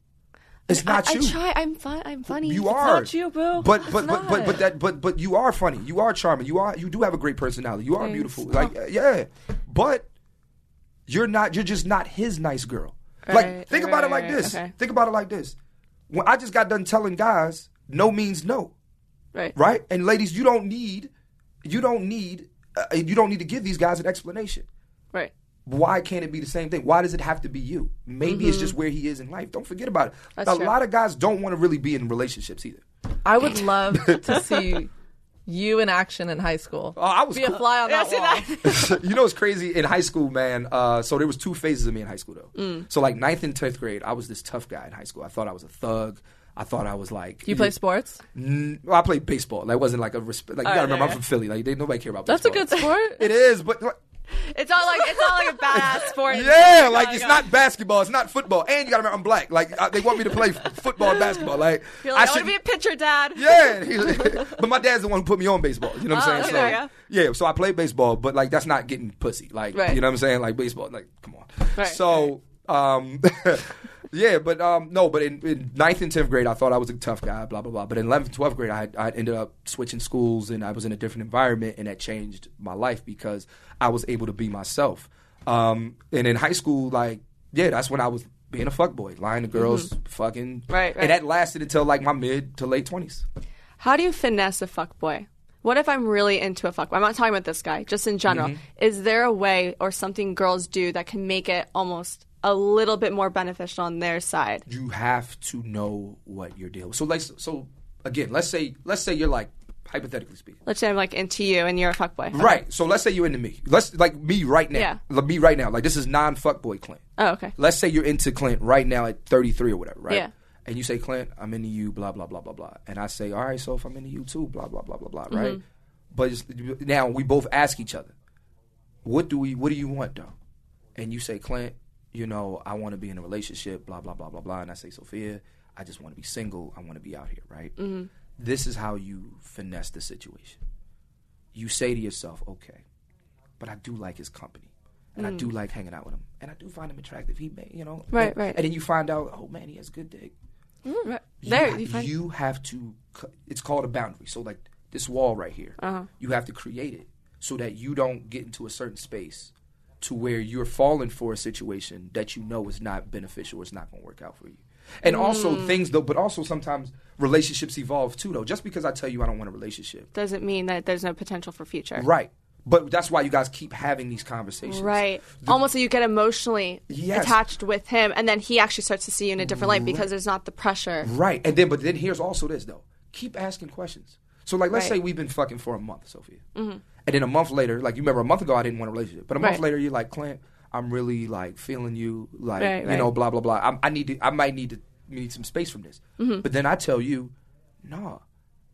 It's
I,
not
I
you.
try. I'm fun. I'm funny.
You are.
not you, boo.
But
It's
but, but but
not.
but that but but you are funny. You are charming. You are you do have a great personality. You are beautiful. Like
Oh.
uh, yeah, but you're not. You're just not his nice girl. like
Right,
think about it
right,
like this.
okay.
Think about it like this. When I just got done telling guys, no means no
Right.
right? And ladies, you don't need, you don't need, uh, you don't need to give these guys an explanation.
Right.
Why can't it be the same thing? Why does it have to be you? Maybe it's
Mm-hmm.
just where he is in life. Don't forget about it.
That's
a
true.
lot of guys don't want to really be in relationships either.
I would love to see you in action in high school.
Oh, I was
be a
cool.
fly on that wall.
you know, it's crazy in high school, man. Uh, so there was two phases of me in high school, though.
Mm.
So like ninth and tenth grade, I was this tough guy in high school. I thought I was a thug. I thought I was like
You play sports?
N- well, I played baseball. That wasn't like a respect. Like you gotta
right,
remember,
yeah,
I'm from Philly. Like they, nobody care about.
That's a
baseball.
good sport.
It is, but like,
It's not like it's not like a badass sport.
Yeah, like it's not basketball, it's not football, and you gotta remember I'm black. Like I, they want me to play f- football and basketball. Like,
You're like, I,
should
want to be a pitcher, Dad.
yeah, he- but my dad's the one who put me on baseball. You know what I'm
Oh,
saying?
there you
so, yeah, so I played baseball, but like that's not getting pussy. Like
Right.
you know what I'm saying? Like baseball, like come on.
Right,
So um, yeah, but um, no, but in, in ninth and tenth grade, I thought I was a tough guy, blah blah blah. But in eleventh, twelfth grade, I had, I had ended up switching schools, and I was in a different environment, and that changed my life because I was able to be myself. Um, and in high school, like yeah, that's when I was being a fuckboy, lying to girls, fucking,
Mm-hmm. Right, right.
and that lasted until like my mid to late twenties.
How do you finesse a fuckboy? What if I'm really into a fuckboy? I'm not talking about this guy, just in general. Is there a way or something girls do that can make it almost a little bit more beneficial on their side?
you have to know what you're dealing with. So like so again, let's say let's say you're like hypothetically speaking.
Let's say I'm like into you and you're a fuckboy.
Right. So let's say you're into me. Let's like me right now.
Yeah.
Like, me right now. Like this is non fuckboy Clint.
Oh, okay.
Let's say you're into Clint right now at 33 or whatever, right?
Yeah.
And you say, Clint, I'm into you, blah, blah, blah, blah, blah. And I say, all right, so if I'm into you too, blah, blah, blah, blah, blah,
Mm-hmm.
right? But it's, now we both ask each other, what do we, what do you want though? And you say, Clint, you know, I want to be in a relationship, blah, blah, blah, blah, blah. And I say, Sophia, I just want to be single. I want to be out here, right?
Mm-hmm.
This is how you finesse the situation. You say to yourself, okay, but I do like his company. And I do like hanging out with him. And I do find him attractive. He may, you know.
Mm. Right,
and,
right.
And then you find out, oh man, he has good dick.
Right. There,
you,
you
ha-
find
you have to, c- it's called a boundary. So, like this wall right here,
Uh-huh.
you have to create it so that you don't get into a certain space to where you're falling for a situation that you know is not beneficial or it's not going to work out for you. And also
Hmm.
things though, but also sometimes relationships evolve too though. Just because I tell you I don't want a relationship,
doesn't mean that there's no potential for future.
Right. But that's why you guys keep having these conversations.
Right. Almost so you get emotionally
Yes.
attached with him, and then he actually starts to see you in a different light because there's not the pressure.
Right. And then, but then here's also this though. Keep asking questions. So like, let's
Right. Mm-hmm.
say we've been fucking for a month, Sophia. And then a month later, like you remember a month ago, I didn't want a relationship, but a month
Right.
later, you're like, Clint, I'm really like feeling you, like
Right,
you know,
right.
blah blah blah. I'm, I need to, I might need to need some space from this.
Mm-hmm.
But then I tell you, nah,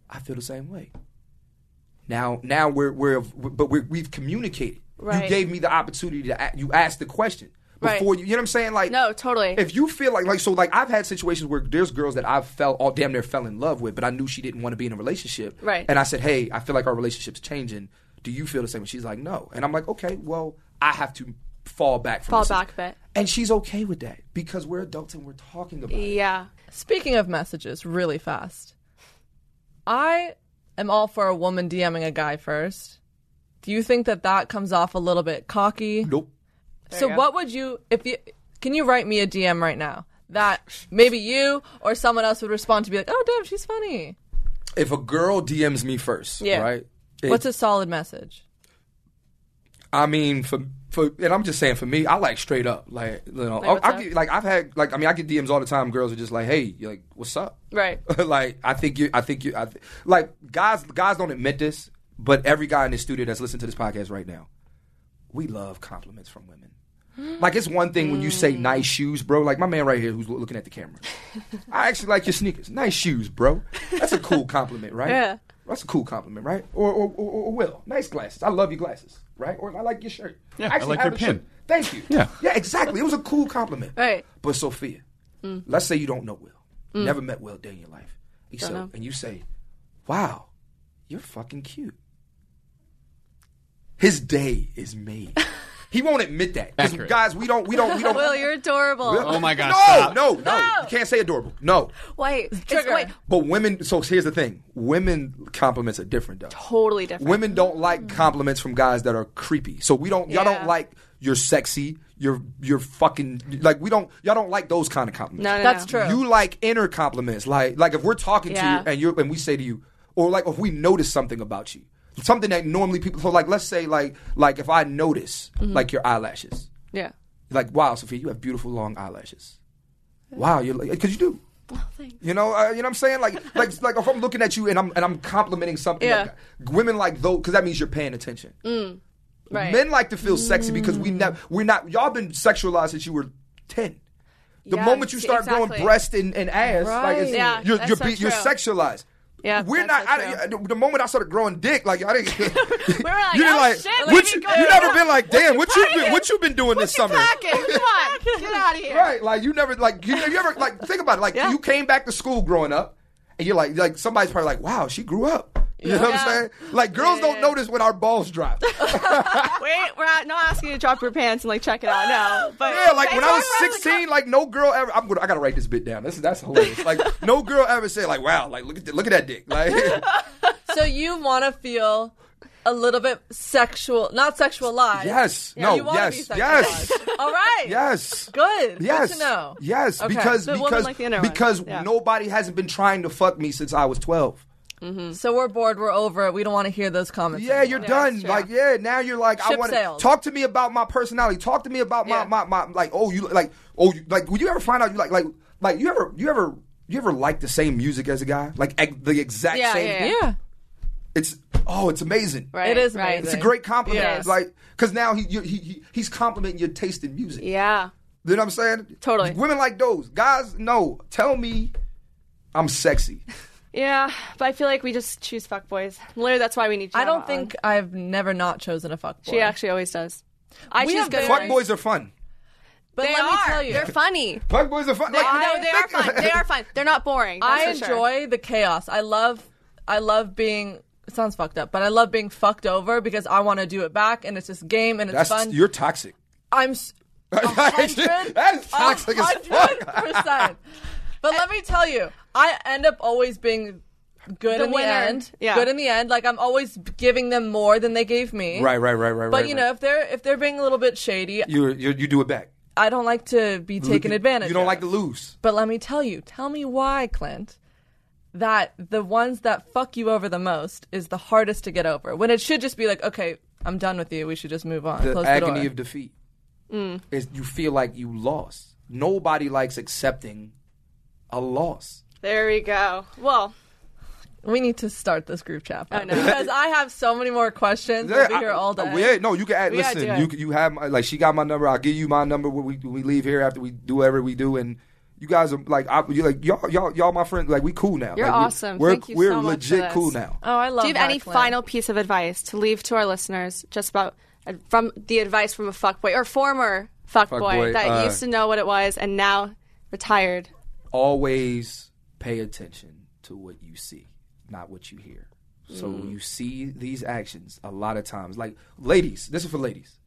I feel the same way. Now, now we're we're but we're, we've communicated. You
Right.
gave me the opportunity to a- you asked the question
Right.
before you. You know what I'm saying? Like
No, totally.
if you feel like like so like I've had situations where there's girls that I fell all damn near fell in love with, but I knew she didn't want to be in a relationship.
Right.
And I said, Hey, I feel like our relationship's changing. Do you feel the same? And she's like, No. And I'm like, Okay, well, I have to fall back from
Fall
this."
back a bit.
And she's okay with that because we're adults and we're talking about it.
Yeah.
Speaking of messages, really fast. I am all for a woman DMing a guy first. Do you think that that comes off a little bit cocky?
Nope.
So what would you if you can you write me a DM right now that maybe you or someone else would respond to be like, "Oh damn, she's funny."
If a girl DMs me first,
Yeah.
right?
What's
it-
a solid message?
I mean, for for and I'm just saying for me, I like straight up, like you know,
what's
I,
up?
I get, like I've had like I mean, I get DMs all the time. Girls are just like, hey, you're like, what's up?
Right.
like I think you, I think you, I th- like guys. Guys don't admit this, but every guy in the studio that's listening to this podcast right now, we love compliments from women. Like it's one thing when you say nice shoes, bro. Like my man right here who's lo- looking at the camera. I actually like your sneakers. Nice shoes, bro. That's a cool compliment, right?
Yeah.
That's a cool compliment, right? Or or, or, or Will, nice glasses. I love your glasses, right? Or I like your shirt.
Yeah, I
actually
like
have
your
a shirt.
pin.
Thank you.
Yeah.
Yeah, exactly. It was a cool compliment.
Right. Mm.
But Sophia, let's say you don't know Will. Never met Will a day in your life. You say-
know.
And you say, Wow, you're fucking cute. His day is made. he won't admit that. 'Cause
Accurate.
guys, we don't we don't we don't
Will, you're adorable.
Will-
Oh my God,
No,
stop.
no, no, You can't say adorable. No.
Wait. it's-
Trigger.
Wait.
But women so here's the thing. Women compliments are different though.
Totally different. Mm.
Women don't like compliments from guys that are creepy. So we don't y'all don't
Yeah.
like you're sexy, you're you're fucking like we don't y'all don't like those kind of compliments.
No, no,
That's
no.
true.
You like inner compliments, like like if we're talking
Yeah.
to you and you are and we say to you, or like if we notice something about you, something that normally people so like let's say like like if I notice like your eyelashes,
Mm-hmm. Yeah.
like wow, Sophia, you have beautiful long eyelashes. Wow, you're like because you do.
Oh,
You know, uh, you know what I'm saying? Like, like, like if I'm looking at you and I'm and I'm complimenting something,
Yeah. Mm.
like, women like those because that means you're paying attention.
Right. Mm.
Men like to feel sexy because we never we're not y'all been sexualized since you were ten. The
Yeah,
moment you
ex-
start growing
exactly.
breast and, and ass, like it's,
Right.
Yeah,
you're
that's
you're,
so
be, you're
true.
sexualized.
Yeah,
we're not.
that's so
I, I- the moment I started growing dick, like I didn't.
We were like,
you didn't
oh,
like.
shit,
what
let
you,
me go.
you never been like, damn. What you been?
packing?
What you been doing this summer?
Packing. Come on. Get out of here.
Right, like you never like you, you ever like think about it. Like
Yeah.
you came back to school growing up, and you're like like somebody's probably like, wow, she grew up. You know what I'm
Yeah.
saying? Like girls don't notice when our balls drop.
Wait. We're not, not asking you to drop your pants and like check it out. No. But
Yeah, like when I was
Thanks, we're friends.
16, like no girl ever. I'm gonna. I gotta write this bit down. This that's hilarious. Like no girl ever said like, wow, like look at th- look at that dick. Like
So you want to feel a little bit sexual, not sexualized.
yes,
Yeah,
no,
you wanna
yes,
be
yes,
sexualized. All right.
yes.
Good.
Yes.
Good to know.
Yes,
Okay.
because
The woman
because
like the inner one.
because
Yeah.
nobody hasn't been trying to fuck me since I was 12.
So we're bored. We're over it. We don't want to hear those comments.
Yeah, you're done.
true.
Like, yeah, now you're like, I
Ship
want to
sailed.
talk to me about my personality. Talk to me about my,
Yeah.
my, my like, oh, you like, oh, you, like, would you ever find out you like, like, like, you ever, you ever, you ever like the same music as a guy? Like ex- the exact
Yeah,
same.
yeah,
Yeah.
It's oh, it's amazing.
Right.
It is
right.
amazing.
It's a great compliment.
Yes.
Like, cause now he, you- he, he he's complimenting your taste in music.
Yeah.
You know what I'm saying?
Totally.
Women like those guys. No, tell me, I'm sexy.
Yeah. But I feel like we just choose fuckboys. Literally, that's why we need. you
I
on
don't
that
think
one.
I've never not chosen a fuckboy.
she actually always does. I
We
choose
have
good
very-
Fuck
ones.
boys are fun.
But
They
let
are.
me tell you,
They're funny.
Fuck boys are fun.
They, no, they are fun. They are fun. They're not boring.
I
that's for sure.
enjoy the chaos. I love I love being it sounds fucked up, but I love being fucked over because I want to do it back and it's just game and it's
That's
fun.
you're toxic.
I'm s- a hundred-
That is toxic
a
as
hundred
fuck.
percent. But let me tell you, I end up always being good
The
in
winner.
the end.
Yeah.
Good in the end. Like I'm always giving them more than they gave me.
Right, right, right, right.
But
right,
you
right.
know, if they're if they're being a little bit shady,
you you you do it back.
I don't like to be taken
You-
advantage.
You don't
of.
like to lose.
But let me tell you, tell me why, Clint, that the ones that fuck you over the most is the hardest to get over. When it should just be like, okay, I'm done with you. We should just move on.
the
Close
agony
the door.
of defeat
Mm.
is you feel like you lost. Nobody likes accepting a loss.
There we go. Well,
we need to start this group chat. I
know.
because I have so many more questions. We'll be
I-
here all
I-
day.
Yeah, no, you can add,
We gotta
listen.
do it.
You can- you have my, like she got my number. I'll give you my number when we when we leave here after we do whatever we do and. You guys are like I, you like y'all y'all y'all my friends like we cool now.
You're
Like, we're-
awesome.
We're
Thank you
we're
so much for
legit
this.
cool now.
Oh, I love.
do you have any
Backlit.
final piece of advice to leave to our listeners just about uh, from the advice from a fuckboy or former fuckboy
Fuckboy,
that
uh,
used to know what it was and now retired?
always pay attention to what you see, not what you hear. So you see these actions a lot of times. Like ladies, this is for ladies.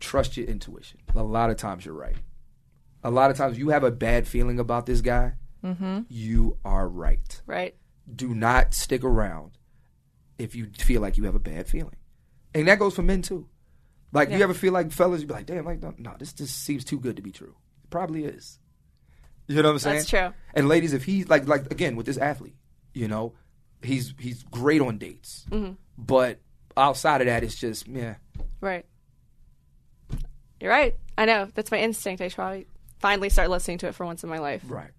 Trust your intuition. A lot of times you're right. A lot of times you have a bad feeling about this guy. You are right.
Right.
Do not stick around if you feel like you have a bad feeling, and that goes for men too. Like you ever feel like fellas, you be like, damn, like no, no, this just seems too good to be true. It probably is. You know what I'm saying?
That's true.
And ladies, if he's like like again with this athlete, you know, he's he's great on dates,
Mm-hmm.
but outside of that, it's just yeah.
Right. You're right. I know. That's my instinct. I should probably finally start listening to it for once in my life.
Right.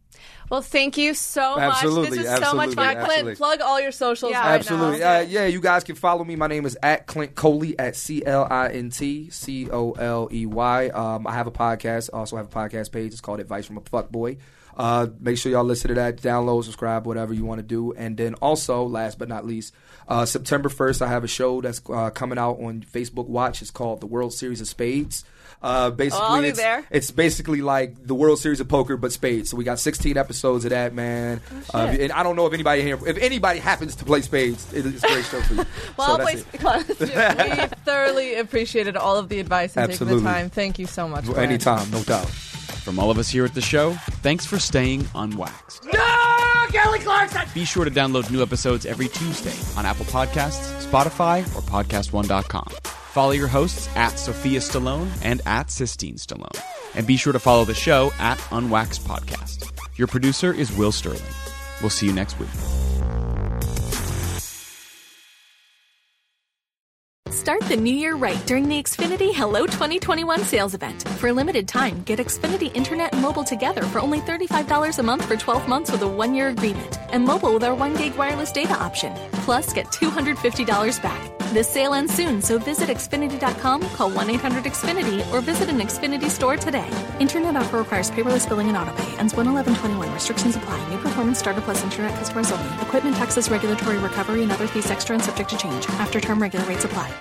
Well, thank you so much.
Absolutely,
This is so much
absolutely,
fun.
absolutely.
Clint, plug all your socials.
Yeah.
right
Absolutely.
now.
Uh, yeah, you guys can follow me. My name is at Clint Coley at C L I N T C O L E Y. Um, I have a podcast. I also have a podcast page. It's called Advice from a Fuckboy. Uh, make sure y'all listen to that, download, subscribe, whatever you want to do. And then also, last but not least, uh, September 1st, I have a show that's uh, coming out on Facebook Watch. It's called The World Series of Spades. Uh, basically,
Oh, I'll be
it's,
there.
it's basically like the World Series of Poker, but spades. So we got 16 episodes of that, man. Uh, and I don't know if anybody here, if anybody happens to play spades, it- it's a great show for you.
Well,
so
please,
that's
we thoroughly appreciated all of the advice and taking
Absolutely.
the time. Thank you so much.
it.
Clint.
Anytime, no doubt.
From all of us here at the show, thanks for staying unwaxed. No, Kelly Clarkson! Be sure to download new episodes every Tuesday on Apple Podcasts, Spotify, or PodcastOne.com. Follow your hosts at Sophia Stallone and at Sistine Stallone. And be sure to follow the show at Unwaxed Podcast. Your producer is Will Sterling. We'll see you next week.
Start the new year right during the Xfinity Hello 2021 sales event. For a limited time, get Xfinity Internet and Mobile together for only $35 a month for 12 months with a one year agreement, and mobile with our 1 gig wireless data option. Plus, get $250 back. This sale ends soon, so visit Xfinity.com, call 1 800 Xfinity, or visit an Xfinity store today. Internet offer requires paperless billing and autopay. Ends 11121. Restrictions apply. New performance starter plus internet customers only. Equipment taxes, regulatory recovery, and other fees extra and subject to change. After term regular rates apply.